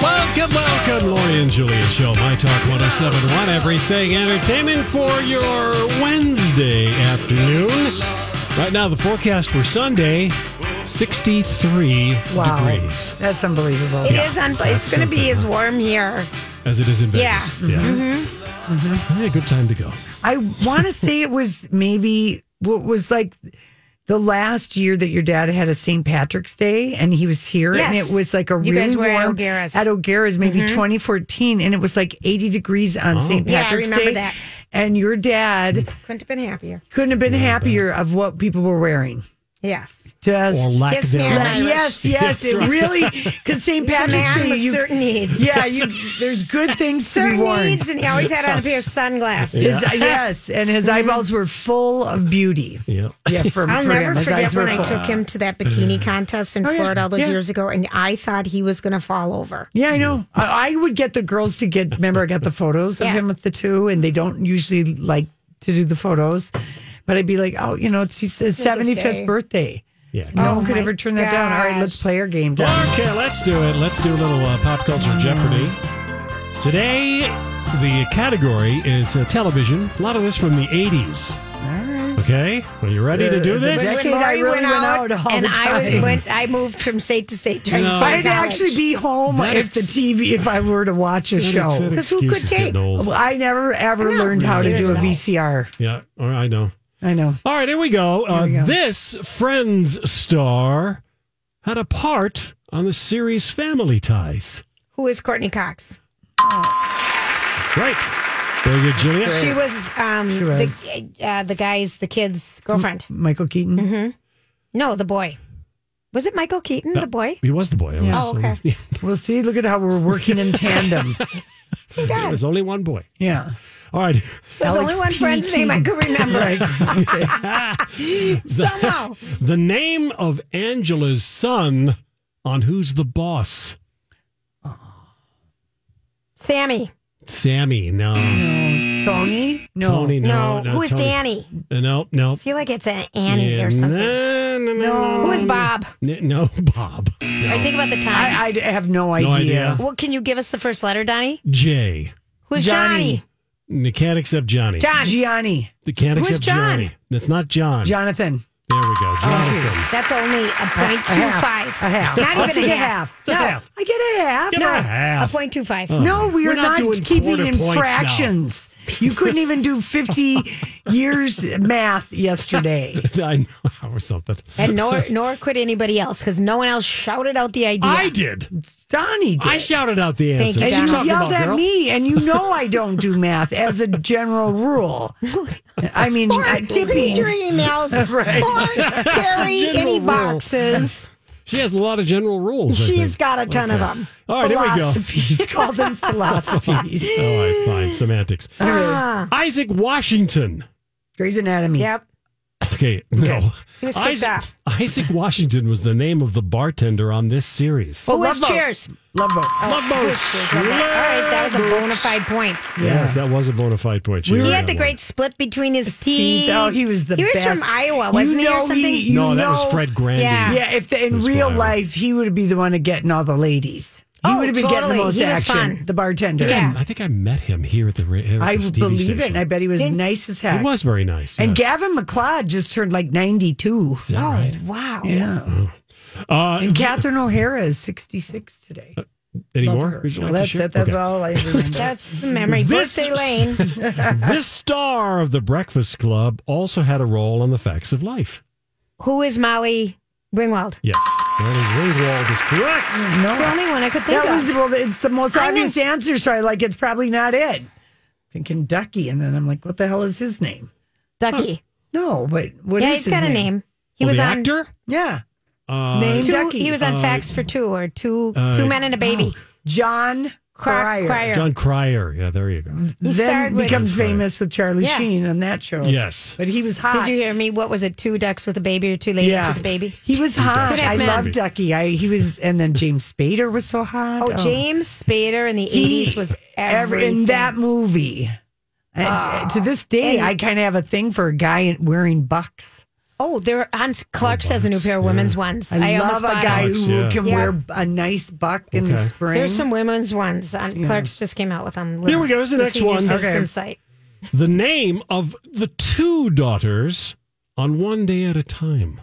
Welcome, welcome, Lori and Julia Show, My Talk 1071, Everything Entertainment for your Wednesday afternoon. Right now, the forecast for Sunday 63 Wow. degrees That's unbelievable. It Yeah, is on. that's It's going to be something. as warm here. as it is in Yeah. Vegas. Yeah. Mm-hmm. Yeah, good time to go. I want to say it was maybe what was like the last year that your dad had a St. Patrick's Day and he was here and Yes. it was like a You really guys were at warm O'Gara's. Mm-hmm. at O'Gara's maybe 2014 and it was like 80 degrees on St. Yeah, I Patrick's remember Day. that. And your dad Couldn't have been happier. couldn't have been happier of what people were wearing. Yes. Just Or lack Yes, thereof. ma'am. yes, yes, it really because St. He's a Patrick's man Day. with You, certain needs. yeah, you, there's good things to be Certain worn. needs, and he always had on a pair of sunglasses. His, uh, yes, and his eyeballs were full of beauty. Yeah. Yeah, for, I'll for never him. His forget eyes were when I full. Oh, took him to that Mm. bikini contest in yeah, Florida all those yeah. years ago, and I thought he was going to fall over. Yeah, I know. I, I would get the girls to get. Remember, I got the photos of Yeah. him with the two, and they don't usually like to do the photos. But I'd be like, oh, you know, it's his seventy day. Oh fifth birthday. Yeah. No one could my ever turn that down. All right, gosh. let's play our game. Down. Okay, let's do it. Let's do a little uh, pop culture Jeopardy. Today, the category is uh, television. A lot of this from the 80s. All right. Okay, are you ready to do The- the this? That When kid, I Lori really went went out, out all and the I time. was, went, I moved from state to state trying No. to I'd save actually be home That if the ex- TV, if I were to watch a show. That Because who could excuse is getting take- old. Well, I never ever No, learned how to neither do a did I. VCR. Yeah, all right, I know. I know. All right, here we go. Uh, we go. This Friends star had a part on the series Family Ties. Who is Courtney Cox? Right. Very good, Julia. She was, um, She was. The, uh, the guy's, the kid's girlfriend. Michael Keaton. Mm-hmm. No, the boy. Was it Michael Keaton, the boy? He was the boy. It Yeah. was- Oh, okay. yeah, We'll see. Look at how we're working in tandem. There God. was only one boy. Yeah. All right. There's Alex only one P. friend's name I could remember. Somehow. The name of Angela's son on Who's the Boss? Sammy. Sammy. No. Tony? No. Tony. No. Mm. No. Who is Tony. Danny? Uh, No. No. I feel like it's an Annie Yeah, or something. No. No. No. Who is Bob? N- No, Bob. No. I think about the time. I, I have no idea. No idea. well, can you give us the first letter, Donnie? Jay. Who's Johnny. Johnny? They can't accept Johnny. John. Gianni. They can't Who's accept John? Oh, Johnny. That's not John. Jonathan. There we go. Jonathan. That's only a point A two half. five. A half. Not I'll even take a a half. half. It's a No. half. I get a half. Give her a half. A point two five. No, we are We're not, not doing keeping quarter in points now. fractions. You couldn't even do 50 years math yesterday. I know or something. And nor nor could anybody else because no one else shouted out the idea. I did. Donnie did. I shouted out the Thank answer. you, What Donna. and you talking yelled about, at girl? me, and you know I don't do math as a general rule. I mean, uh, Or I, read your emails Right. or carry General any rule. boxes. She has a lot of general rules. I She's think. got a ton of them. All right, here we go. philosophies. Call them philosophies. All right, fine. Semantics. Ah, Isaac Washington. Grey's Anatomy. yep. Okay, no. He was kicked Isaac, out. Isaac Washington was the name of the bartender on this series. Who Oh, Oh, Love is Boat. Cheers? Love boat. Love Who boat. is Cheers? Love Boat. All right, that was a bona fide point. Yes, that was a bona fide point. She He earned had the that great split between his teeth. Teeth. Oh, he was the He was best. from Iowa, You wasn't he, or know something? one. No, that was know- Fred Grandy. Yeah. Yeah, if the, in Who's real wild. life he would be the one to getting all the ladies. He Oh, would have been getting totally. the most He was action. fun. The bartender. Yeah. I think I met him here at the. ra- At I this TV believe it, station. and I bet he was Didn't- nice as heck. He was very nice. And yes. Gavin McLeod just turned like ninety two. Is that right? Oh, Wow. Yeah. Uh, And Catherine O'Hara is sixty six today. any Love more? her. Would you No, like to that's share? it. That's Uh, Okay. all I remember. That's the memory. This- Birthday Lane. this star of The Breakfast Club also had a role on The Facts of Life. Who is Molly Ringwald? Yes. Molly Ringwald is correct. The no, only one I could think that was of. well. It's the most I know. obvious answer, so I like it's probably not it. Thinking Ducky, and then I'm like, what the hell is his name? Ducky. No, but what is yeah, he's his got name? a name. He Oh, was the on actor? Yeah, Uh, name two. Ducky. Oh, He was on Facts for Two or Two Two Men and a Baby. John Croc- Cryer. Cryer. John Cryer. Yeah, there you go. He then starred with- becomes Cryer. famous with Charlie Yeah. Sheen on that show. Yes. but he was hot. Did you hear me? What was it? Two ducks with a baby or two ladies yeah, with a baby? He was hot. Two I men. love Ducky. I he was, and then James Spader was so hot. Oh, James Spader in the He- eighties was Every- everything. Ah. in that movie. And t- to this day, I kind of have a thing for a guy in- wearing bucks. Oh, there on Clark's has a new pair of women's ones. I, love almost a bought guy it. Bucks, who yeah. can Yeah. wear a nice buck in the Okay. spring. There's some women's ones on Clark's just came out with them. Here we go, here's the next senior one. citizen Okay. site. The name of the two daughters on One Day at a Time.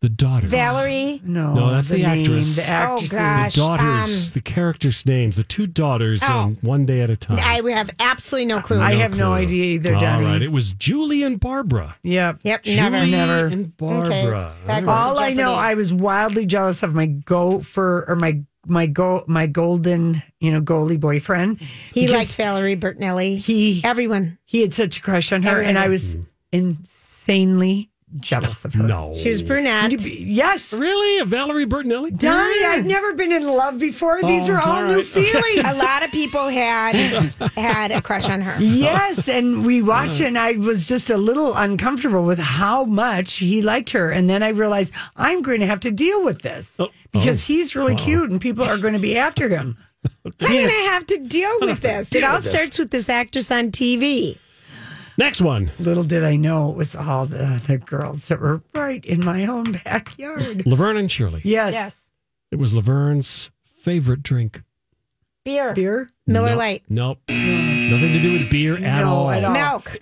The daughters. Valerie. no, No, that's the actress. The Oh, actress. gosh. The daughters, Um, the characters' names, the two daughters Oh. on One Day at a Time. I have absolutely no clue. I have no clue. idea either, All Donnie. right, it was Julie and Barbara. Yep. Yep, never. Julie Never. and Barbara. Okay, that All right. goes- All I know, Jeopardy. I was wildly jealous of my gopher or my my go my golden you know goalie boyfriend. He because liked Valerie Bertinelli. he Everyone. he had such a crush on her, and I was insanely jealous of her. No. She was brunette. To be- yes, Really? A Valerie Bertinelli? Donnie, I've never been in love before. These Oh, are all, all new right. A feelings. lot of people had had a crush on her. yes, and we watched, it, and I was just a little uncomfortable with how much he liked her, and then I realized I'm going to have to deal with this Oh, because he's really cute, and people are going to be after him. I'm gonna have to deal with this. It Deal all with this. starts with this actress on TV. Next one. Little did I know it was all the other girls that were right in my own backyard. Laverne and Shirley. Yes. It was Laverne's favorite drink. Beer. Beer? Miller Nope. Lite. Nope. Nothing to do with beer at No, all. at all. Milk.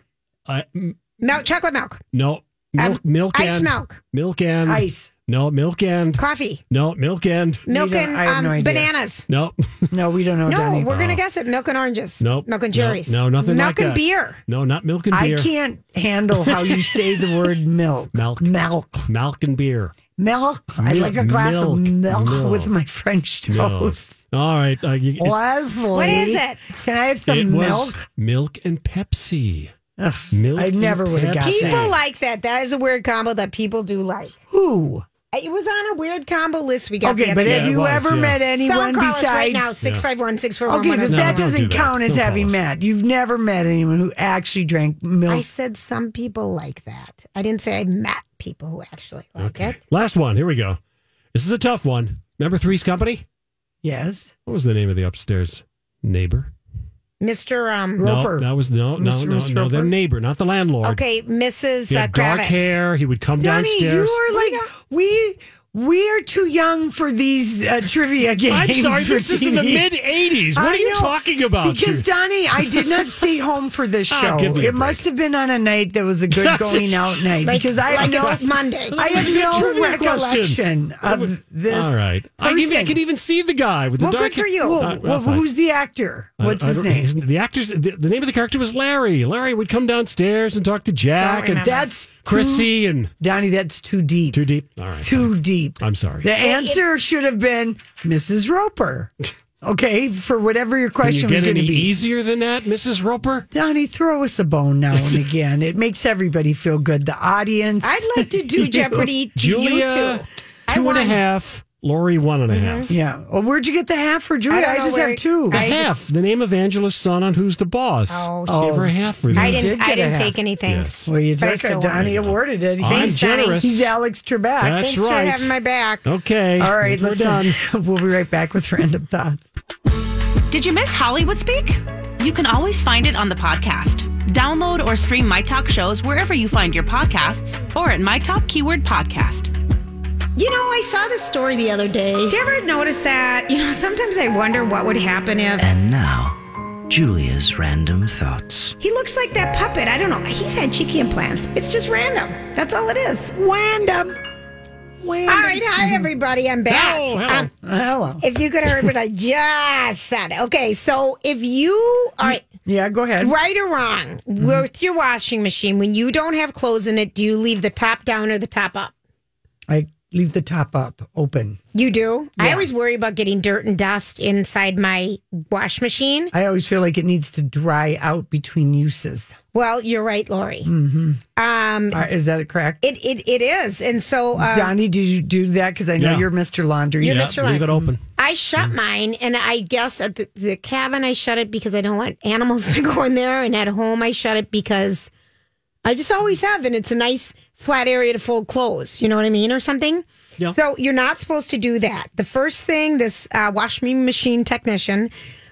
I- mm, Milk chocolate milk. no. Um, Milk, milk ice and milk. milk and Ice. no milk and Coffee. no milk and Milk don't- and I have um, no idea. Oh, bananas. no No, we don't know. No, Donnie. we're gonna guess it. Milk and oranges. Nope. Milk and No, Jerry's. no, nothing Milk like and that. beer. no not milk and I beer can't handle how you say the word milk. Milk. Milk. milk and beer Milk. I Milk, like a glass of milk, milk, milk. with my French no. toast. all right uh, you, it, Lovely. What is it? Can I have some it milk? was milk and Pepsi Ugh, milk I and never would have got Pepsi. that. People like that. That is a weird combo that people do like. Who? It was on a weird combo list we got. Okay, the but other have Yeah, it you was, ever yeah. met day. anyone Someone call besides? us right now, 651 Okay, because No, that don't doesn't do that. count as Don't having call us. met. You've never met anyone who actually drank I milk. said some people like that. I didn't say I met people who actually like it. last one here we go this is a tough one remember Three's Company Yes. what was the name of the upstairs neighbor Mr. Um, Roper. no that was no no Mr. no Mr. no the Roper? neighbor not the landlord okay, Mrs. he Uh, had dark Kravitz. hair he would come Donnie, you downstairs are like we we are too young for these uh, trivia games. I'm sorry, for this is in the TV. mid 80s. What I are you know, talking about? Because You- Donnie, I did not stay home for this Ah, show. give me a it must break. have been on a night that was a good going out night Like, because I like have it's no Monday. I was a good have no trivia recollection question. of this. All right. I can, even- I person. can even see the guy with the Well, dark good for you. Well, Uh, well, fine. who's the actor? I- What's I his don't- name? The actor's the, the name of the character was Larry. Larry would come downstairs and talk to Jack and That's Chrissy and Donnie. That's too deep. too deep. All right. Too deep. I'm sorry. The answer should have been Mrs. Roper. Okay, for whatever your Can you question was get going any to be. easier than that, Mrs. Roper? Donnie, throw us a bone now and again. It makes everybody feel good. The audience. I'd like to do Jeopardy to you Julia, two. I Mm-hmm. two and a won. half Lori, one and a half. Yeah. Well, where'd you get the half for Julia? don't I, know just where- have two. I- half. The name of Angela's son on Who's the Boss. Oh, she gave her a half for that. I didn't. did get I a didn't half. take anything. Yes. well, you But I took still it. want Donnie it. awarded it. I'm Thanks, Donnie. generous. He's Alex Trebek. That's Thanks right. for having my back. Okay. All right, We're let's done. We'll be right back with random thoughts. Did you miss Hollywood Speak? You can always find it on the podcast. Download or stream My Talk shows wherever you find your podcasts or at My Talk Keyword Podcast. You know, I saw this story the other day. Did you ever notice that? You know, sometimes I wonder what would happen if And now, Julia's random thoughts. he looks like that puppet. I don't know. He's had cheeky implants. It's just random. That's all it is. Random. Random. All right, hi everybody. I'm back. Oh, hello. Um, Uh, Hello. if you could have heard what I just said. Okay, so if you are Yeah, go ahead. right or wrong Mm-hmm. with your washing machine, when you don't have clothes in it, do you leave the top down or the top up? I leave the top up open. You do. I always worry about getting dirt and dust inside my wash machine. I always feel like it needs to dry out between uses. Well, you're right, Lori. Mm-hmm. Um, Uh, Is that correct? it, it it is, and so uh, Donnie, do you do that? Because I know Yeah. you're Mr. Laundry. You're Yeah, Mr. leave Lang. it open. I shut mine, and I guess at the, the cabin I shut it because I don't want animals to go in there, and at home I shut it because I just always have, and it's a nice flat area to fold clothes. You know what I mean, or something. Yeah. So you're not supposed to do that. The first thing this uh, washing machine technician,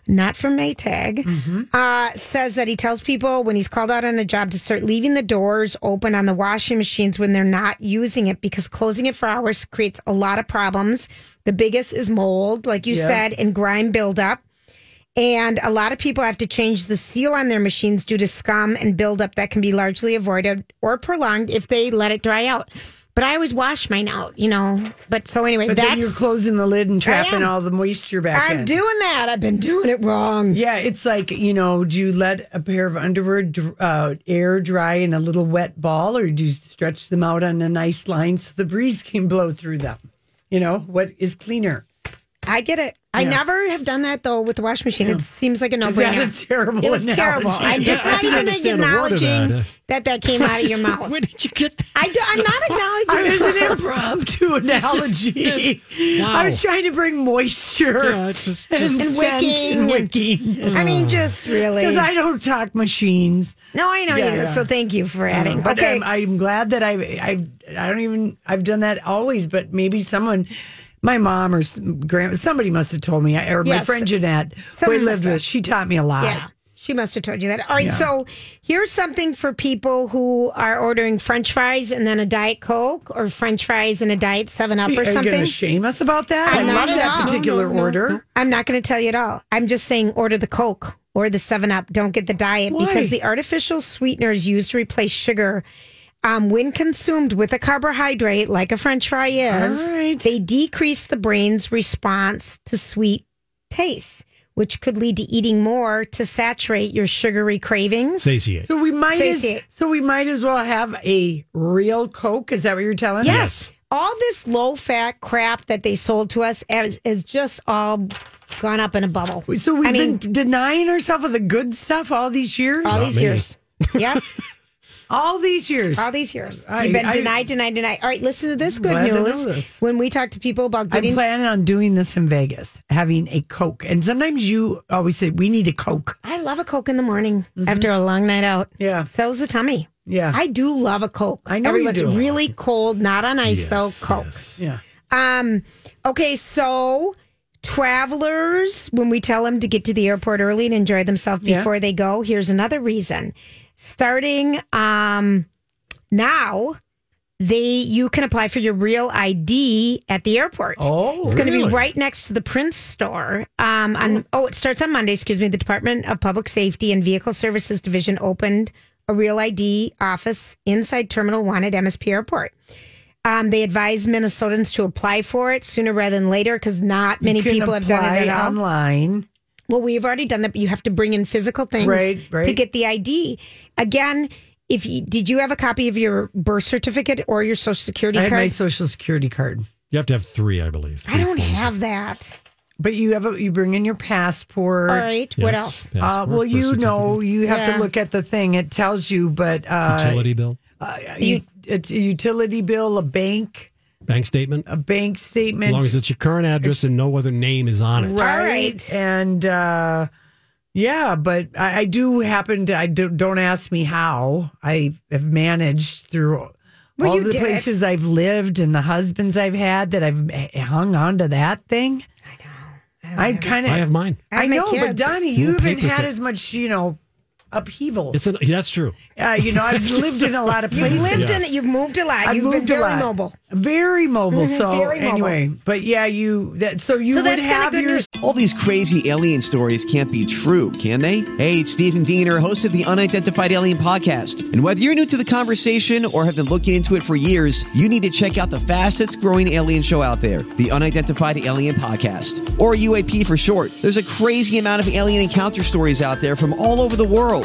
not from Maytag, uh, says that he tells people when he's called out on a job to start leaving the doors open on the washing machines when they're not using it because closing it for hours creates a lot of problems. The biggest is mold, like you said, and grime buildup. And a lot of people have to change the seal on their machines due to scum and buildup that can be largely avoided or prolonged if they let it dry out. But I always wash mine out, you know. But so anyway, But then you're that's closing the lid and trapping am. all the moisture back I'm in. doing that. I've been doing it wrong. Yeah, it's like you know, do you let a pair of underwear dr- uh, air dry in a little wet ball, or do you stretch them out on a nice line so the breeze can blow through them? You know what is cleaner? I get it. I never have done that though with the washing machine. It seems like a Is that no-brainer. a terrible It was analogy? terrible. I'm just Yeah, I not didn't even understand a word of acknowledging that. that. that came out of your mouth. Where did you get that? I do, I'm not It was acknowledging. an impromptu analogy. I was trying to bring moisture Yeah, it's just- and, just- And scent wicking and and- wicking. I mean, just really. Because I don't talk machines. no, I know Yeah, you. do. yeah. Uh-huh. So thank you for adding. But Mm-hmm. okay. I'm, I'm glad that I I I don't even I've done that always, but maybe someone, my mom or s- grandma, somebody must have told me, or my Yes. friend Jeanette, who I Someone lived must have. with, she taught me a lot. Yeah. She must have told you that. All right. So here's something for people who are ordering French fries and then a Diet Coke or French fries and a Diet 7 Up Are or you going something. to shame us about that? I'm I not love at that all. particular No, no, no, order. I'm not going to tell you at all. I'm just saying order the Coke or the 7 Up. Don't get the Diet Why? because the artificial sweeteners used to replace sugar. Um, when consumed with a carbohydrate, like a French fry is, All right. they decrease the brain's response to sweet taste, which could lead to eating more to saturate your sugary cravings. Satiate. So we might as, Satiate. so we might as well have a real Coke. Is that what you're telling me? Yes. All this low fat crap that they sold to us is, is just all gone up in a bubble. So we've I mean, been denying ourselves of the good stuff all these years. all All, these me. years. yep. these years. All these years. I- You've been I- denied, denied, denied. All right, listen to this good Glad to know news. this. When we talk to people about I'm getting. planning on doing this in Vegas, having a Coke. And sometimes you always say, we need a Coke. I love a Coke in the morning after a long night out. Yeah. Settles the tummy. Mm-hmm. Yeah. I do love a Coke. I know you Everyone's do. really cold, not on ice though. Coke. yeah. Um, okay, so travelers, when we tell them to get to the airport early and enjoy themselves Yeah. before they go, here's another reason. Starting um now, they you can apply for your real ID at the airport. Oh, It's going to really? be right next to the Prince store. Um, on oh, it starts on Monday. Excuse me. The Department of Public Safety and Vehicle Services Division opened a Real ID office inside Terminal One at MSP Airport. Um, they advise Minnesotans to apply for it sooner rather than later because not many You can people have done apply it at all. online. Well, we've already done that, but you have to bring in physical things Right, to right. get the ID. Again, if you, did you have a copy of your birth certificate or your social security I have card? my social security card, You have to have three, I believe. I don't Three forms. have that. but you have a, you bring in your passport. All right. What Yes, else? Uh, passport, well, birth you know, certificate, you have Yeah. to look at the thing. It tells you, but uh, utility bill. uh, you, it's a utility bill, a bank. bank statement, a bank statement. as long as it's your current address and no other name is on it. right? All right. And uh, yeah, but I, I do happen to. I do, don't ask me how I have managed through Well, all you the did it. places I've lived and the husbands I've had that I've h- hung on to that thing. I kind of. I have mine. I have my know, but kids. Donnie, you Little haven't paper had thing. as much, you know, upheaval. It's an, that's true. Uh, you know, I've lived in a lot of You've places. lived in Yes. it. You've moved a lot. I've you've been moved a very lot. mobile. Very mobile. Mhm, so very mobile. anyway, but yeah, you that so you So would that's kinda have good your news. All these crazy alien stories can't be true, can they? Hey, it's Stephen Dean, Diener, host of the Unidentified Alien Podcast. And whether you're new to the conversation or have been looking into it for years, you need to check out the fastest growing alien show out there, the Unidentified Alien Podcast, or UAP for short. There's a crazy amount of alien encounter stories out there from all over the world.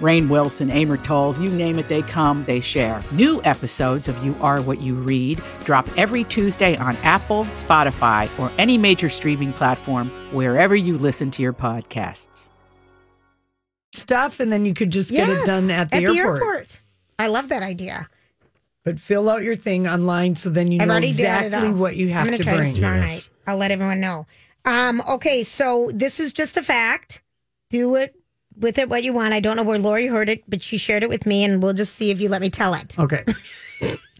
Rain Wilson, Amor Tolls, you name it, they come, they share. New episodes of You Are What You Read drop every Tuesday on Apple, Spotify, or any major streaming platform wherever you listen to your podcasts. stuff, and then you could just get it done at the, at airport. the airport. I love that idea. But fill out your thing online so then you I've know already did it exactly all. what you have I'm gonna to try this bring. tomorrow Yes. night. I'll let everyone know. Um, okay, so this is just a fact. Do it with it what you want. I don't know where Lori heard it, but she shared it with me, and we'll just see if you let me tell it. Okay.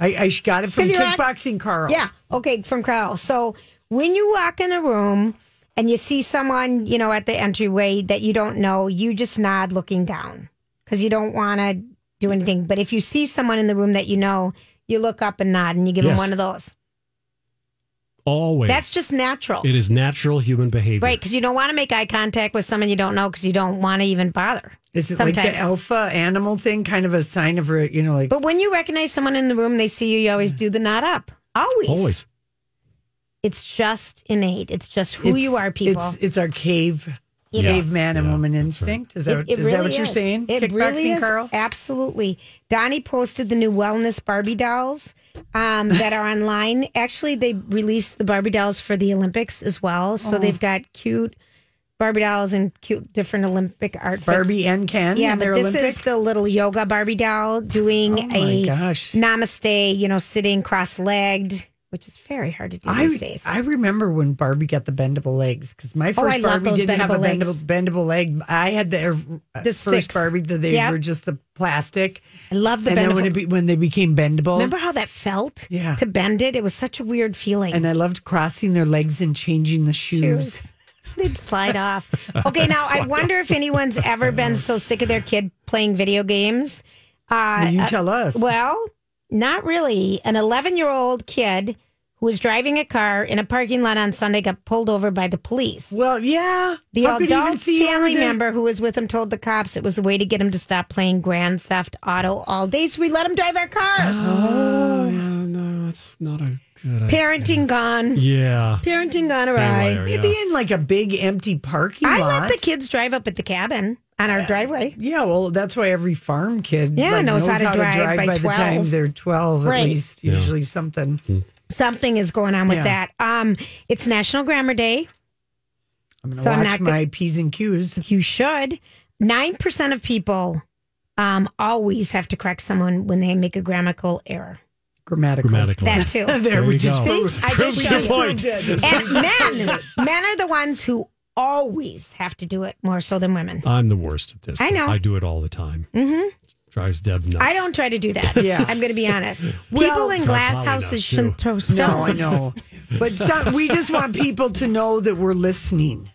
I, I sh- got it from 'Cause you're on- kickboxing Carl. Yeah. Okay. From Carl. So when you walk in a room and you see someone, you know, at the entryway that you don't know, you just nod looking down because you don't want to do anything. But if you see someone in the room that you know, you look up and nod and you give Yes. them one of those. Always. That's just natural. it is natural human behavior. Right. Because you don't want to make eye contact with someone you don't know because you don't want to even bother. Is it like Sometimes. the alpha animal thing, kind of a sign of, re- you know, like, But when you recognize someone in the room, they see you, you always do the nod up. Always. Always. It's just innate. It's just who you it's- are, people. It's, it's our cave, It caveman and Yeah, woman that's right. instinct. Is that, It- it is that really what you're is. saying? It kickboxing really is. Carl? Absolutely. Donnie posted the new wellness Barbie dolls um, that are online. Actually, they released the Barbie dolls for the Olympics as well. Oh. So they've got cute Barbie dolls and cute different Olympic art. Barbie and Ken? Yeah, and but their this Olympic? is the little yoga Barbie doll doing Oh my a gosh. namaste, you know, sitting cross legged, which is very hard to do I, these days. Oh, I remember when Barbie got the bendable legs because my first I love Barbie those didn't have a bendable legs. bendable, bendable leg. I had the, uh, The first sticks. Barbie that they Yep. were just the plastic. I love the and then when, bendable. it be, when they became bendable, Remember how that felt? Yeah. To bend it? It was such a weird feeling. and I loved crossing their legs and changing the shoes. They'd slide off. Okay, now I wonder if anyone's ever been so sick of their kid playing video games. Uh, Well, you uh, tell us. Well, not really. An 11 year old kid who was driving a car in a parking lot on Sunday got pulled over by the police. Well, yeah. The How could you even adult see over family there? member who was with him told the cops it was a way to get him to stop playing Grand Theft Auto all day, so we let him drive our car. Oh, yeah, no, that's not a good idea. Parenting gone. Yeah. Parenting gone Right. awry. Liar, It'd yeah. be in like a big empty parking I lot. let the kids drive up at the cabin on our driveway. Yeah, well, that's why every farm kid Yeah, like, knows how to drive by the time 12. they're 12, at Right. least, usually something. something is going on with Yeah. that. Um, it's National Grammar Day. I'm going to So I'm watch not go- my P's and Q's. You should. Nine percent of people um, always have to correct someone when they make a grammatical error. Grammatical. Grammatical. That too. there, and There we you just go. See, I did Proved tell your you. point. men, men are the ones who always have to do it more so than women. I'm the worst at this. I know. I do it all the time. Mhm. Drives Deb nuts. I don't try to do that. Yeah. I'm going to be honest. Well- people in Drives glass Holly nuts, houses too. shouldn't throw stones. No, I know. But some, we just want people to know that we're listening.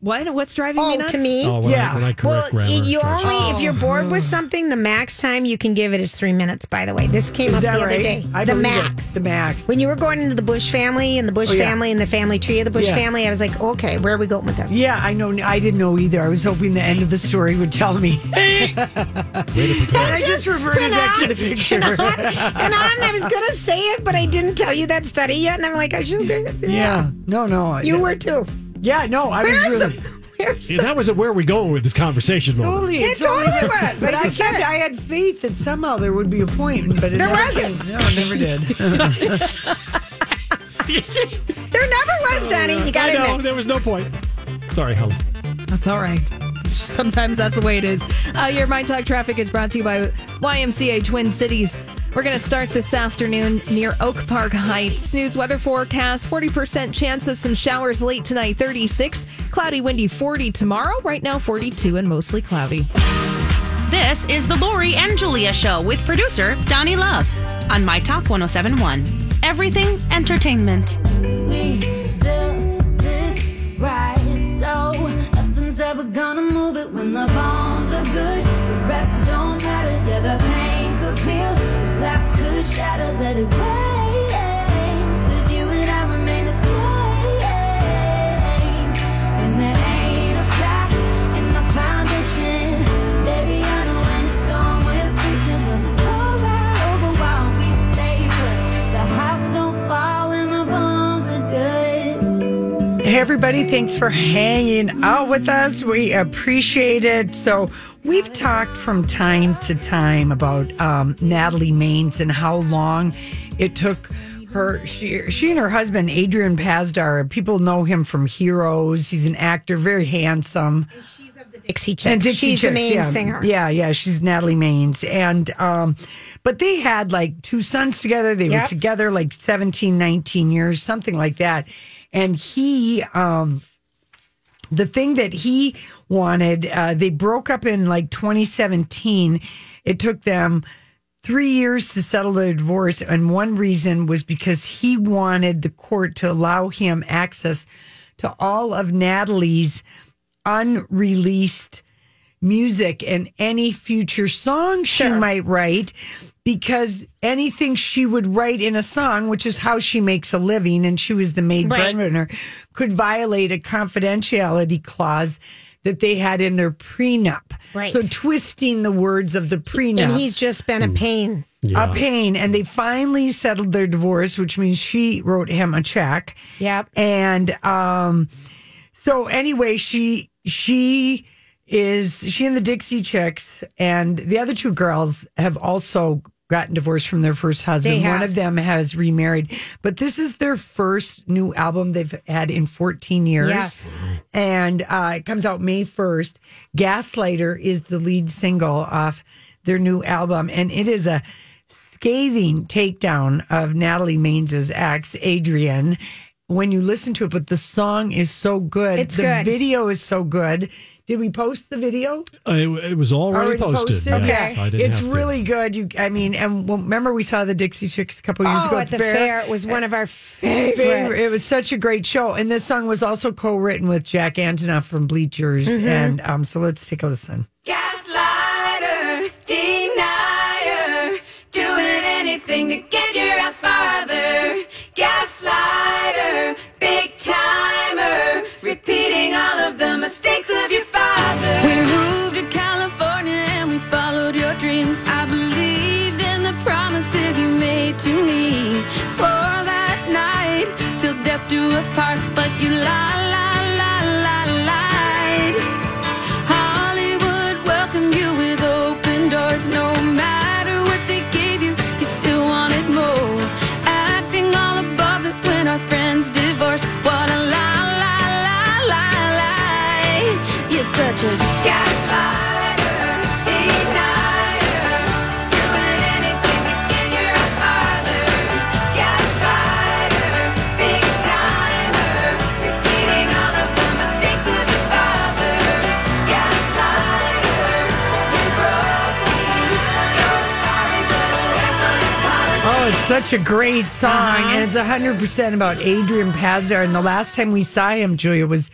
What? What's driving me Oh, nuts? to me. Oh, when, Yeah. I, when I correct well, grammar. Oh, you Trish. only if you're bored with something, the max time you can give it is three minutes. By the way, this came Is up the that other right? day. I the believe it. max. The max. When you were going into the Bush family and the Bush yeah. family and the family tree of the Bush Yeah. family, I was like, okay, where are we going with this? Yeah, I know. I didn't know either. I was hoping the end of the story would tell me. Way to prepare. And I just reverted back to the picture. and on, I was gonna say it, but I didn't tell you that study yet, and I'm like, I should. Yeah. No, no. you were too. Yeah, no. I was Where's really. the? Where's Yeah, the? that was a where are we going with this conversation moment. Totally, It totally was. But I I, just kept, get it. I had faith that somehow there would be a point, but it There never wasn't. came. No, it never did. There never was, Donnie. You got I to know, admit. there was no point. Sorry, Helen. That's all right. Sometimes that's the way it is. Uh, your Mind Talk traffic is brought to you by YMCA Twin Cities. We're going to start this afternoon near Oak Park Heights. News weather forecast 40% chance of some showers late tonight, 36. Cloudy, windy, 40 tomorrow. Right now, 42 and mostly cloudy. This is the Lori and Julia Show with producer Donnie Love on My Talk 1071. Everything entertainment. We built this right, so nothing's ever gonna move it when the bones are good. The rest don't matter, yeah, the pain could peel, the glass could shatter, let it rain. Cause you and I remain the same. When there ain't a crack in the foundation, baby, I know when it's gone, we're facing, we'll pour right over while we stay put. The house don't fall and the bones are good. Hey, everybody, thanks for hanging out with us. We appreciate it. So, we've talked from time to time about um, Natalie Maines and how long it took her. She, she and her husband, Adrian Pazdar, people know him from Heroes. He's an actor, very handsome. Dixie Chicks. And Dixie She's Chicks, the main yeah. singer. Yeah, yeah, she's Natalie Maines. And um but they had like two sons together. They were Yep. together like 17, 19 years, something like that. And he um the thing that he wanted, uh, they broke up in like 2017. It took them three years to settle the divorce. And one reason was because he wanted the court to allow him access to all of Natalie's unreleased music and any future song she might write because anything she would write in a song which is how she makes a living and she was the maid Right. breadwinner could violate a confidentiality clause that they had in their prenup Right. so twisting the words of the prenup And he's just Hmm. been a pain. a pain and they finally settled their divorce which means she wrote him a check Yep. and um so anyway she she is she and the dixie chicks and the other two girls have also gotten divorced from their first husband They one have. of them has remarried but this is their first new album they've had in 14 years Yes. and uh, it comes out May 1st. Gaslighter is the lead single off their new album, and it is a scathing takedown of Natalie Maines' ex, Adrian. When you listen to it, but the song is so good. It's the good. video is so good. Did we post the video? Uh, It, it was already, posted. Yes, I didn't it's have to. really good. You, I mean, and well, remember we saw the Dixie Chicks a couple years Oh, ago at the fair. It was one of our favorites. favorite. It was such a great show. And this song was also co written with Jack Antonoff from Bleachers. Mm-hmm. And um, so let's take a listen. Gaslighter, denier, doing anything to get your ass farther. Gaslighter, big timer, repeating all of the mistakes of your father. We moved to California and we followed your dreams. I believed in the promises you made to me. Swore that night till death do us part, but you lie, lie, lie, lie, lied. Hollywood welcomed you with open doors. No matter what they gave you, you still wanted more. Acting all above it when our friends divorced. What a lie, lie, lie, lie, lie. You're such a gaslighter, denier, doing anything to get your ass farther. Gaslighter, big timer, repeating all of the mistakes of your father. Gaslighter, you broke me. You're sorry, but where's my apology? Oh, it's such a great song. Uh-huh. And it's 100% about Adrian Pazdar. And the last time we saw him, Julia, was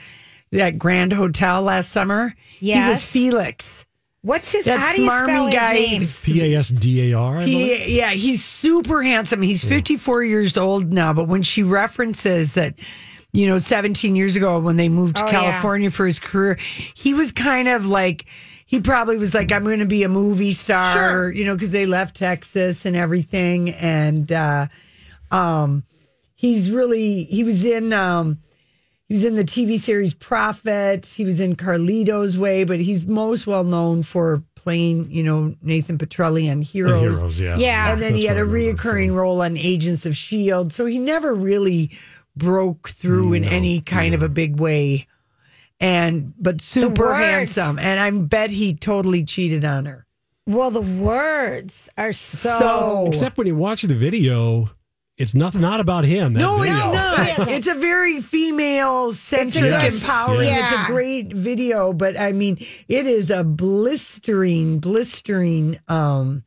that Grand Hotel last summer? He was Yes. Felix. What's his? That how do you smarmy spell guy his name? was- P A S D A R. I believe. He, yeah, he's super handsome. He's 54 years old now, but when she references that, you know, 17 years ago when they moved to Oh, yeah. California for his career, he was kind of like, he probably was like, I'm going to be a movie star, Sure. you know, because they left Texas and everything. And uh, um, he's really, he was in, um, he was in the TV series Prophet. He was in Carlito's Way, but he's most well known for playing, you know, Nathan Petrelli on The Heroes. heroes, yeah. Yeah. And then That's he had what a I remember reoccurring role on Agents of S.H.I.E.L.D. E So he never really broke through in any kind of a big way. And, but super words. handsome. And I bet he totally cheated on her. Well, the words are so. So- Oh. Except when you watch the video, it's nothing not about him. that No, video. it's It not. isn't. It's a very female centric, Yes, empowering. yes. It's Yeah. a great video, but I mean, it is a blistering, blistering um,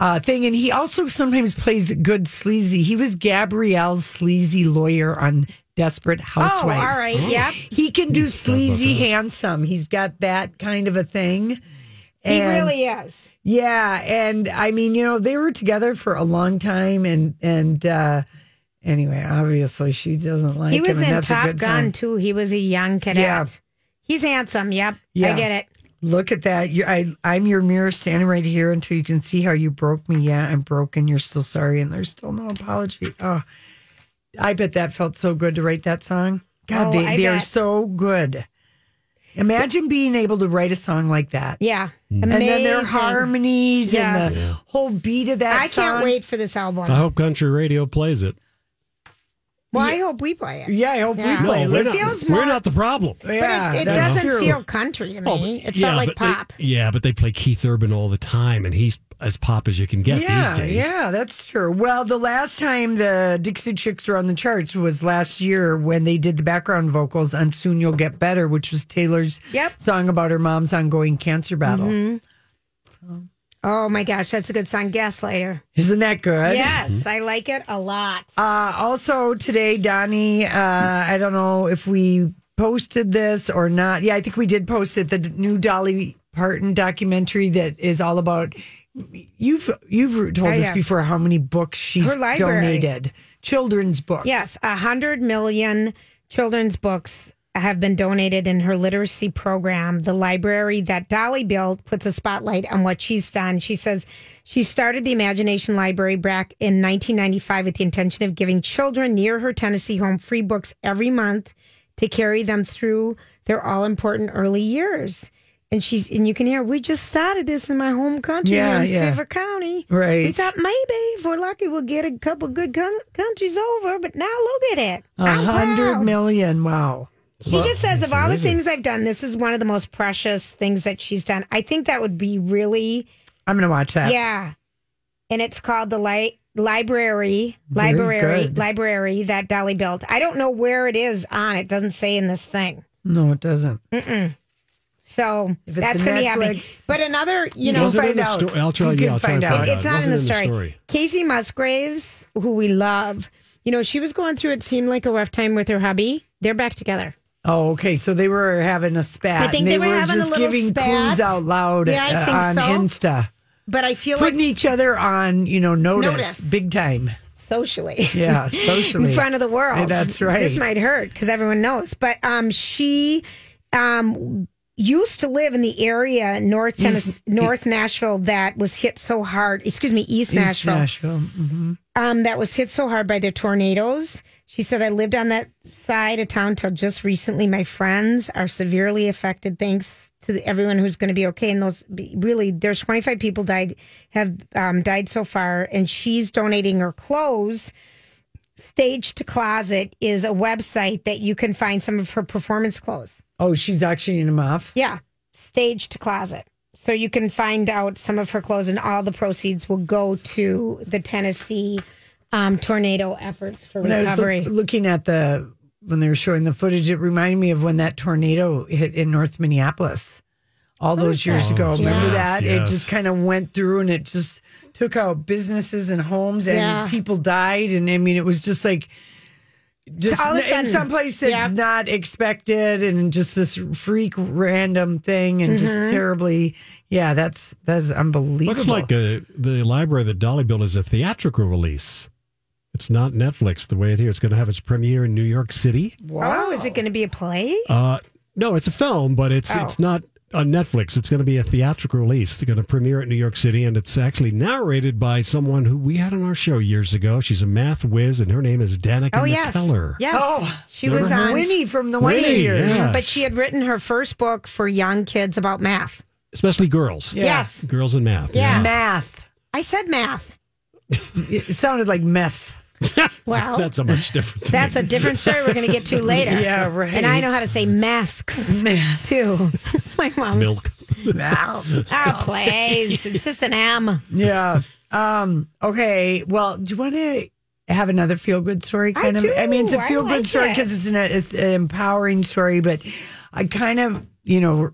uh, thing. And he also sometimes plays good sleazy. He was Gabrielle's sleazy lawyer on Desperate oh, all Housewives. right. Yep. He can do sleazy handsome. He's got that kind of a thing. He And- really is. yeah, and I mean, you know, they were together for a long time, and and uh anyway, obviously she doesn't like He was him. and in that's a Top good Gun sign. too. He was a young cadet. Yeah. He's handsome. Yep. Yeah. I get it. Look at that! You, I I'm your mirror, standing right here until you can see how you broke me. Yeah, I'm broken. You're still sorry, and there's still no apology. Oh, I bet that felt so good to write that song. God, Oh, they I they are bet. so good. Imagine being able to write a song like that. Yeah. Amazing. And then their harmonies and Yes. the whole beat of that I song. can't wait for this album. I hope country radio plays it. well, I hope we play it. Yeah, I hope Yeah. we play. no, Let's we're not, feels we're more- not the problem. But it, it that's doesn't true. feel country to me. it felt like Oh, but they- pop. yeah, but they play Keith Urban all the time, and he's as pop as you can get yeah, these days. yeah, that's true. Well, the last time the Dixie Chicks were on the charts was last year when they did the background vocals on "Soon You'll Get Better," which was Taylor's Yep. Mm-hmm. song about her mom's ongoing cancer battle. oh my gosh, that's a good song, Gaslighter. Isn't that good? Mm-hmm. Yes, I like it a lot. Uh, also today, Donnie, uh, I don't know if we posted this or not. Yeah, I think we did post it. The d- new Dolly Parton documentary that is all about you've you've told I us have. before how many books she's Oh, Her library. donated, children's books. Yes, a hundred million children's books have been donated in her literacy program. The library that Dolly built puts a spotlight on what she's done. She says she started the Imagination Library back in 1995 with the intention of giving children near her Tennessee home free books every month to carry them through their all important early years. And she's and you can hear we just started this in my home country Yeah, here in yeah. Silver County. We Right. thought maybe if we're lucky, we'll get a couple good coun- countries over. But now look at it. a I'm hundred proud. million. Wow. He just says of all the things I've done, this is one of the most precious things that she's done. I think that would be really I'm gonna watch that. yeah. And it's called the li- library, Very library, good. library that Dolly built. I don't know where it is on. It doesn't say in this thing. No, it doesn't. So If it's that's a going to be happening. Netflix- But another, you know, Was was find it in the out. story? I'll try. You yeah, can I'll try and find out. It- Right, it's not in Wasn't the story. Casey Musgraves, who we love, you know, she was going through it seemed like a rough time with her hubby. They're back together. Oh, okay. So they were having a spat. I think and they were having a just little giving spat. clues out loud Yeah, I uh, think on so. Insta. But I feel putting like each other on, you know, notice, Notice. big time. socially. Yeah, socially. in front of the world. Hey, that's right. This might hurt because everyone knows. But um, she um, used to live in the area north Tennessee, North Nashville that was hit so hard. Excuse me, East, East Nashville. Nashville. hmm um, that was hit so hard by the tornadoes. She said, I lived on that side of town till just recently. My friends are severely affected. Thanks to the- everyone who's going to be okay. And those really, there's 25 people died, have um, died so far. And she's donating her clothes. Stage to Closet is a website that you can find some of her performance clothes. Oh, she's auctioning them off. Yeah, stage to closet. So you can find out some of her clothes, and all the proceeds will go to the Tennessee um, tornado efforts for When I was loo- recovery. looking at the when they were showing the footage, it reminded me of when that tornado hit in North Minneapolis all those years that? ago. Oh, Remember yes, that? yes. It just kind of went through and it just took out businesses and homes and Yeah. people died. And I mean, it was just like just All of a n- in sudden. some place that's Yeah. not expected and just this freak random thing and just Mhm. terribly yeah that's that's unbelievable Looks like uh, the library that Dolly built is a theatrical release. It's not Netflix the way it here. It's going to have its premiere in New York City. Oh, is it going to be a play? Uh, no, it's a film, but it's Oh. it's not on Netflix. It's going to be a theatrical release. It's going to premiere at New York City, and it's actually narrated by someone who we had on our show years ago. She's a math whiz, and her name is Danica Oh yes, McKellar. yes. Oh, she Remember was uh, her? on Winnie from the Winnie, Winnie years. yeah. but she had written her first book for young kids about math. Especially girls. Yeah. Yes, Girls in math. Yeah. math I said math. it sounded like meth Well, That's a much different thing. that's a different story we're going to get to later. Yeah, right. And I know how to say masks Math. too. My mom. Milk. Mouth. Oh, please. It's just an M. yeah um okay well do you want to have another feel good story I kind of do. i mean it's a I feel good like story it. because it's an, it's an empowering story but i kind of you know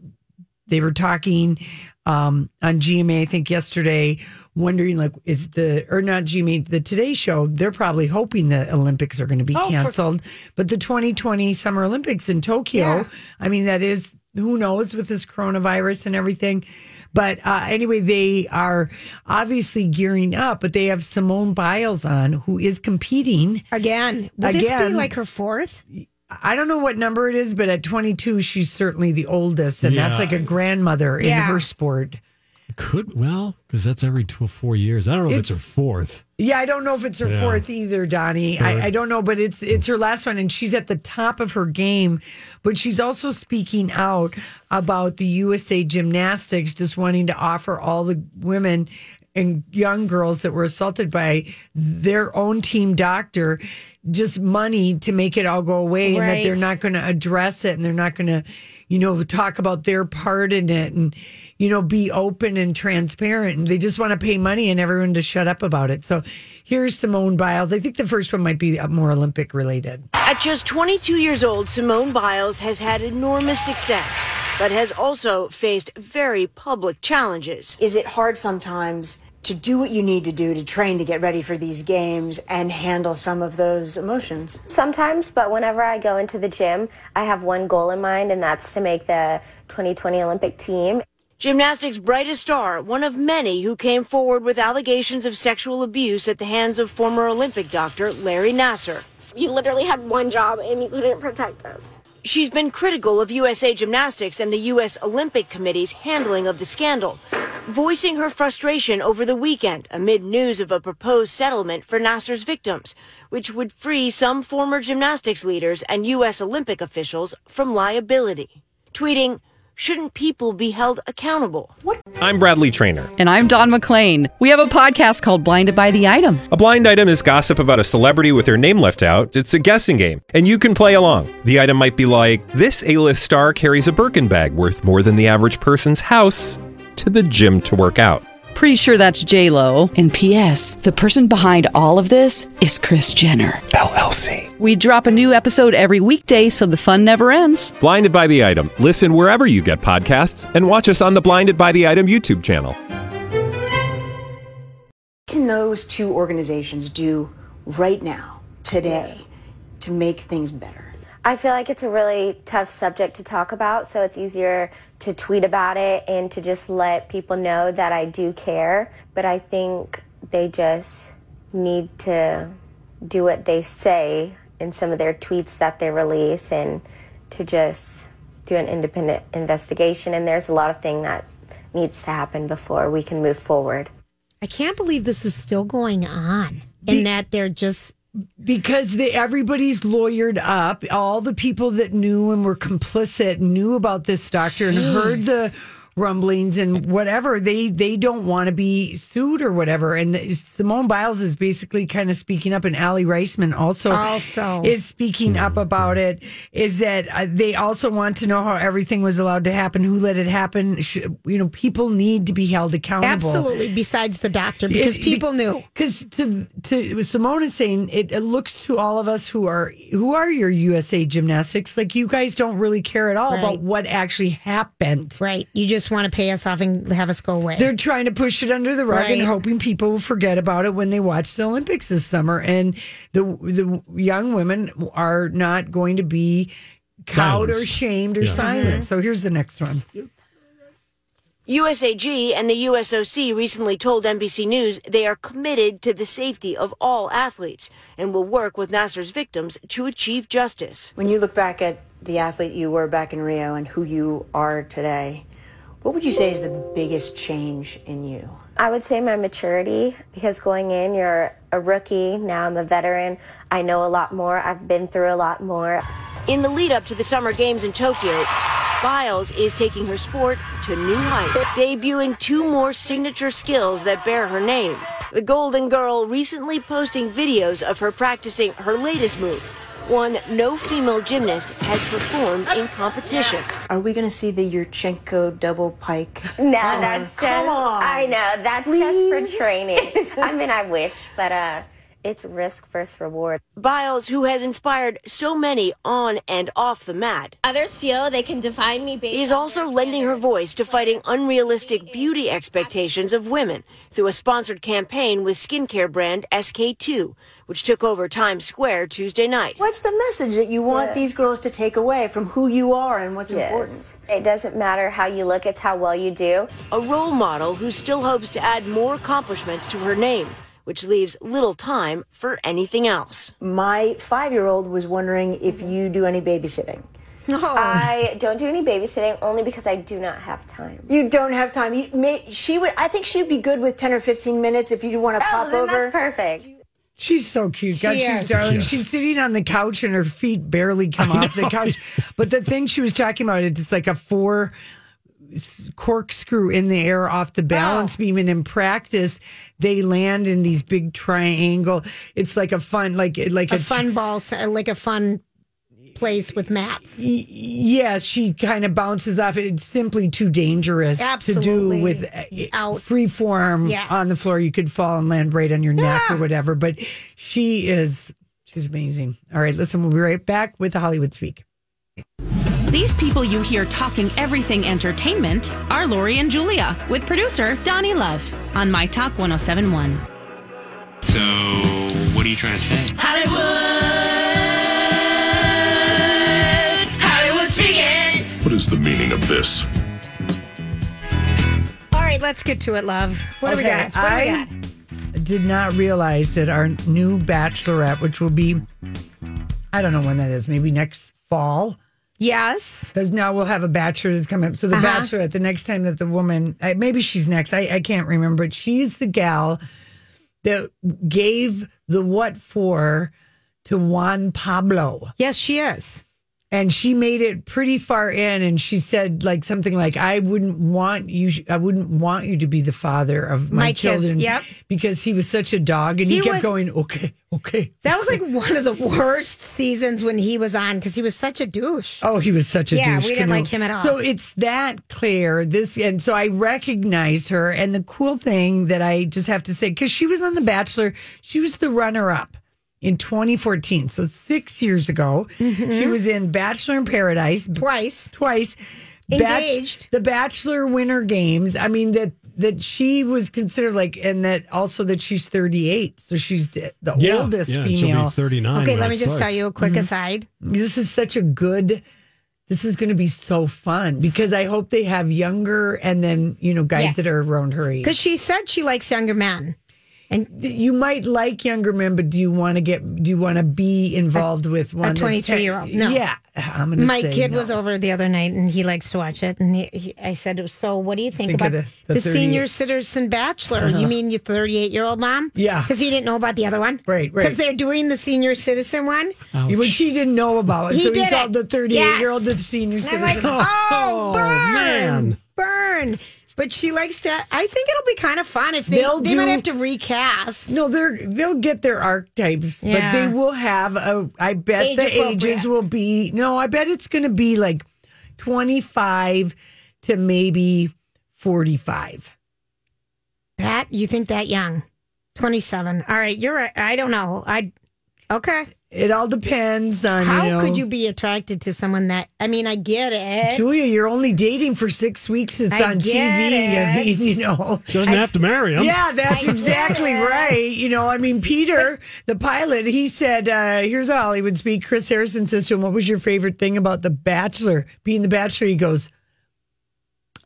they were talking um, on GMA, I think yesterday, wondering like, is the or not GMA the Today Show? They're probably hoping the Olympics are going to be canceled, but the 2020 Summer Olympics in Tokyo. I mean, that is who knows with this coronavirus and everything. But uh, anyway, they are obviously gearing up, but they have Simone Biles on who is competing. Again. Would this Again. be like her fourth? I don't know what number it is, but at 22, she's certainly the oldest, and that's Yeah. like a grandmother in Yeah. her sport. Could, well, because that's every two, four years. I don't know if it's, It's- her fourth. Yeah, I don't know if it's her Yeah. fourth either, Donnie. Sure. I, I don't know, but it's it's her last one, and she's at the top of her game. But she's also speaking out about the USA Gymnastics just wanting to offer all the women and young girls that were assaulted by their own team doctor just money to make it all go away, and that Right. they're not going to address it, and they're not going to, you know, talk about their part in it, and you know, be open and transparent. And they just want to pay money and everyone to shut up about it. So here's Simone Biles. I think the first one might be uh, more Olympic related. At just 22 years old, Simone Biles has had enormous success, but has also faced very public challenges. Is it hard sometimes to do what you need to do to train to get ready for these games and handle some of those emotions? Sometimes, but whenever I go into the gym, I have one goal in mind, and that's to make the 2020 Olympic team. Gymnastics' brightest star, one of many who came forward with allegations of sexual abuse at the hands of former Olympic doctor Larry Nasser. You literally had one job, and you couldn't protect us. She's been critical of USA Gymnastics and the U.S. Olympic Committee's handling of the scandal, voicing her frustration over the weekend amid news of a proposed settlement for Nasser's victims, which would free some former gymnastics leaders and U.S. Olympic officials from liability. Tweeting, shouldn't people be held accountable? I'm Bradley Trainer. And I'm Don McClain. We have a podcast called Blinded by the Item. A blind item is gossip about a celebrity with their name left out. It's a guessing game, and you can play along. The item might be like this: A-list star carries a Birkin bag worth more than the average person's house to the gym to work out. Pretty sure that's J Lo. And P.S. The person behind all of this is Chris Jenner. LLC. We drop a new episode every weekday, so the fun never ends. Blinded by the item. Listen wherever you get podcasts, and watch us on the Blinded by the Item YouTube channel. What can those two organizations do right now, today, to make things better? I feel like it's a really tough subject to talk about, so it's easier to tweet about it and to just let people know that I do care. But I think they just need to do what they say in some of their tweets that they release and to just do an independent investigation. And there's a lot of thing that needs to happen before we can move forward. I can't believe this is still going on and that they're just because they, everybody's lawyered up. All the people that knew and were complicit knew about this doctor and heard the rumblings and whatever. They they don't want to be sued or whatever. And Simone Biles is basically kind of speaking up, and Allie Reisman also Also. is speaking up about it. Is that uh, they also want to know how everything was allowed to happen, who let it happen. Sh- You know, people need to be held accountable. absolutely besides the doctor because people knew. Because to to Simone is saying it, it looks to all of us who are who are your USA gymnastics like you guys don't really care at all Right. about what actually happened. Right. You just just want to pay us off and have us go away. They're trying to push it under the rug and Right. hoping people will forget about it when they watch the Olympics this summer. And the the young women are not going to be cowed or Silenced. shamed or Yeah. silent. Mm-hmm. Mhm. So here's the next one. USAG and the USOC recently told NBC News they are committed to the safety of all athletes and will work with Nasser's victims to achieve justice. When you look back at the athlete you were back in Rio and who you are today, what would you say is the biggest change in you? I would say my maturity because going in, you're a rookie. Now I'm a veteran. I know a lot more. I've been through a lot more. In the lead up to the Summer Games in Tokyo, Biles is taking her sport to new heights, debuting two more signature skills that bear her name. The Golden Girl recently posting videos of her practicing her latest move, one no female gymnast has performed in competition. Are we going to see the Yurchenko double pike? No, somewhere? that's just, Come on. I know, that's just for training. I mean, I wish, but uh, it's risk versus reward. Biles, who has inspired so many on and off the mat, Others feel they can define me based is also lending her voice to fighting unrealistic beauty expectations of women through a sponsored campaign with skincare brand SK2, which took over Times Square Tuesday night. What's the message that you want Yeah. these girls to take away from who you are and what's important? It doesn't matter how you look, it's how well you do. A role model who still hopes to add more accomplishments to her name, which leaves little time for anything else. My five year old was wondering if you do any babysitting. No. I don't do any babysitting only because I do not have time. You don't have time. You may, she would. I think she'd be good with ten or fifteen minutes if you want to pop Oh, then over. that's perfect. She's so cute. God, She she's is. darling. Yes. She's sitting on the couch and her feet barely come off the couch. But the thing she was talking about, it's like a four s- corkscrew in the air off the balance Oh. beam. And in practice, they land in these big triangle. It's like a fun, like like a fun ball, s- uh, like a fun place with mats. Yes, she kind of bounces off. it. It's simply too dangerous to do Absolutely. with out. free form Yeah. on the floor. You could fall and land right on your neck or whatever. But she is, she's amazing. All right, listen, we'll be right back with Hollywood Speak. These people you hear talking everything entertainment are Lori and Julia with producer Donnie Love on My Talk 1071. So, what are you trying to say? Hollywood, Hollywood speaking. What is the meaning of this? All right, let's get to it, love. What do we Okay, got? What do we I got? did not realize that our new bachelorette, which will be, I don't know when that is, maybe next fall. Yes. Because now we'll have a bachelor that's coming up. So the Uh-huh. bachelorette, the next time that the woman, I- maybe she's next, I, I can't remember, but she's the gal that gave the what for to Juan Pablo. Yes, she is. And she made it pretty far in, and she said like something like, "I wouldn't want you. I wouldn't want you to be the father of my, My kids, children, yep. because he was such a dog, and he, He kept was- going, okay, okay. That was like one of the worst seasons when he was on because he was such a douche. Oh, he was such a Yeah, we douche. didn't canoe. like him at all. So it's that Claire. This and so I recognized her. And the cool thing that I just have to say, because she was on The Bachelor, she was the runner up in 2014. So six years ago, Mm-hmm. she was in Bachelor in Paradise twice. Twice. Engaged. the Bachelor Winter Games. I mean that that she was considered like, and that also that she's 38, so she's the the Yeah, oldest yeah, she'll be female. 39 Okay, let me just tell you a Mm-hmm. quick aside. This is such a good. This is going to be so fun because I hope they have younger and then you know guys Yeah. that are around her age. Because she said she likes younger men. And you might like younger men, but do you want to get? Do you want to be involved with one? a that's 23 year old. No. Yeah, I'm gonna My say kid no. was over the other night and he likes to watch it. And he, he, I said, So what do you think, Think of about the- the, the 38 senior citizen bachelor? Uh-huh. You mean your 38 year old mom? Yeah. Because he didn't know about the other one. Right, right. Because they're doing the senior citizen one. Which he didn't know about. He so he did it. called the 38 year old Yes. the senior And I'm citizen. like, oh, burn, man. burn. But she likes to. I think it'll be kind of fun if they, They'll they might do- have to recast. No, they're they'll get their archetypes, Yeah. but they will have a. I bet Age the ages appropriate. will be no. I bet it's going to be like twenty five to maybe forty five. That you think that young, twenty seven. All right, you're right. I don't know. I Okay. It all depends on How you know, could you be attracted to someone that? I mean, I get it. Julia, you're only dating for six weeks. It's I on TV. get I it. mean, you know, She doesn't have to marry him. Yeah, that's I exactly get it. right. You know, I mean, Peter, the pilot, he said, uh, "Here's how Hollywood speak." Chris Harrison says to him, "What was your favorite thing about The Bachelor? Being The Bachelor?" He goes,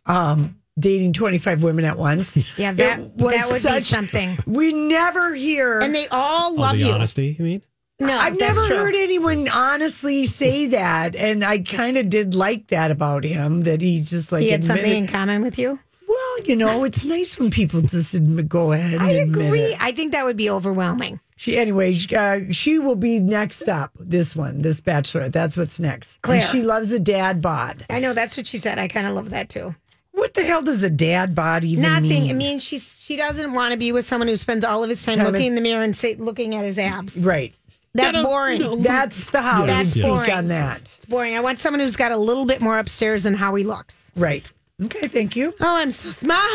"Um." Dating twenty five women at once. Yeah, It that was that would be such- something. We never hear, and they all love the you. honesty, you mean? No, I've that's never true. heard anyone honestly say that, and I kind of did like that about him that he just like he had something in admitted- common with you. Well, you know, it's nice when people just admi- go ahead. And I admit agree. it. I think that would be overwhelming. She, anyway, she, uh, she will be next up. This one, this bachelorette. That's what's next. And Claire. she loves a dad bod. I know that's what she said. I kind of love that too. What the hell does a dad bod even Nothing. mean? I mean, she's she doesn't want to be with someone who spends all of his time Time looking in- in the mirror and say, looking at his abs. right? That's boring. That's the Hollywood That's speak boring. on that. It's boring. I want someone who's got a little bit more upstairs than how he looks. Right. Okay. Thank you. Oh, I'm so smart.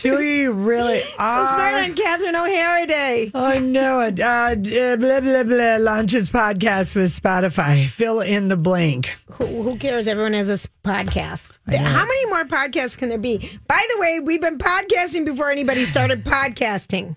Julie, you really are. so smart on Catherine O'Hara Day. I know it. Uh, d- blah, blah, blah launches podcast with Spotify. Fill in the blank. Who, who cares? Everyone has this podcast. I know. How many more podcasts can there be? By the way, we've been podcasting before anybody started podcasting.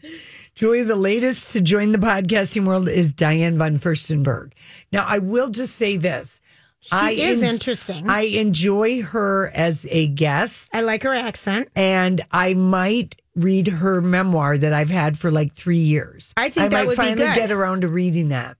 Julie, the latest to join the podcasting world is Diane von Furstenberg. Now, I will just say this. She is interesting. I enjoy her as a guest, I like her accent. and I might read her memoir that I've had for like three years. I think I that might would be finally good. get around to reading that.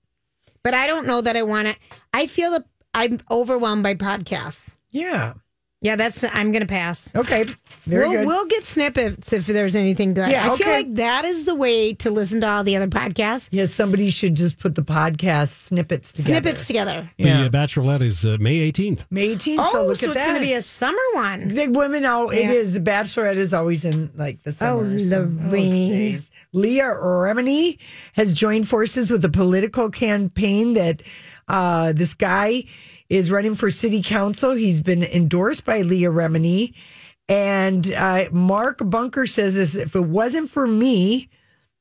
But I don't know that I want to. I feel that I'm overwhelmed by podcasts. Yeah. Yeah, that's. I'm going to pass. Okay. Very we'll, good. we'll get snippets if there's anything good. Yeah, I feel okay. like that is the way to listen to all the other podcasts. yeah, somebody should just put the podcast snippets together. Snippets together. Yeah. The uh, Bachelorette is uh, May 18th. May 18th. so oh, look so at it's that. going to be a summer one. The women, oh, it Yeah. is. The Bachelorette is always in like the summer. Oh, so- Lorraine. geez. Leah Remini has joined forces with a political campaign that uh, this guy is running for city council. He's been endorsed by Leah Remini. And uh, Mark Bunker says this if it wasn't for me,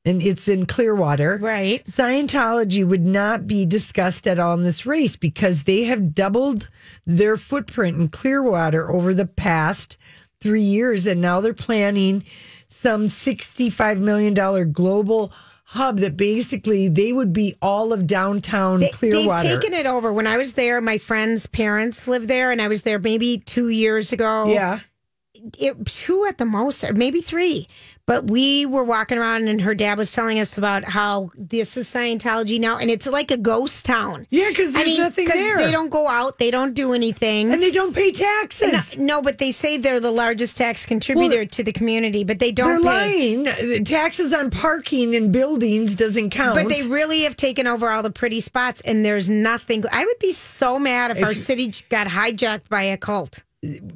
and it's in Clearwater. Right. Scientology would not be discussed at all in this race because they have doubled their footprint in Clearwater over the past three years. And now they're planning some $65 million global hub that basically they would be all of downtown Clearwater. They've taken it over. When I was there, my friend's parents lived there, and I was there maybe two years ago. yeah. it, two at the most, or maybe three. But we were walking around, and her dad was telling us about how this is Scientology now, and it's like a ghost town. Yeah, because I there's mean, nothing 'cause there. They don't go out. They don't do anything. and they don't pay And, uh, taxes. no, but they say they're the largest tax contributor to the community, but they don't they're pay. lying. Taxes on parking and buildings doesn't count. But they really have taken over all the pretty spots, and there's nothing. I would be so mad if, If our you- city got hijacked by a cult.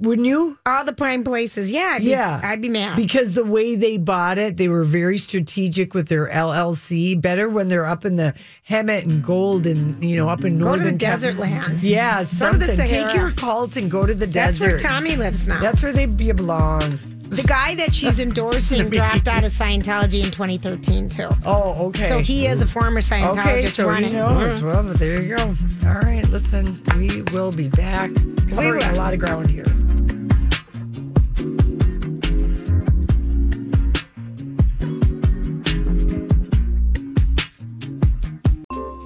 wouldn't you? All the prime places, yeah, I'd be, Yeah. I'd be mad. because the way they bought it, they were very strategic with their LLC. Better when they're up in the Hemet and Gold and you know up in Go to northern the Cap- desert land. Yeah, Go to something. the Take Sahara. your cult and go to the That's where desert. Tommy lives now. That's where they be- belong. The guy that she's endorsing dropped out of Scientology in 2013 too. Oh, okay. So he is a former Scientologist okay, so running. he knows. Well, but there you go. All right, listen, we will be back covering a will. lot of ground here.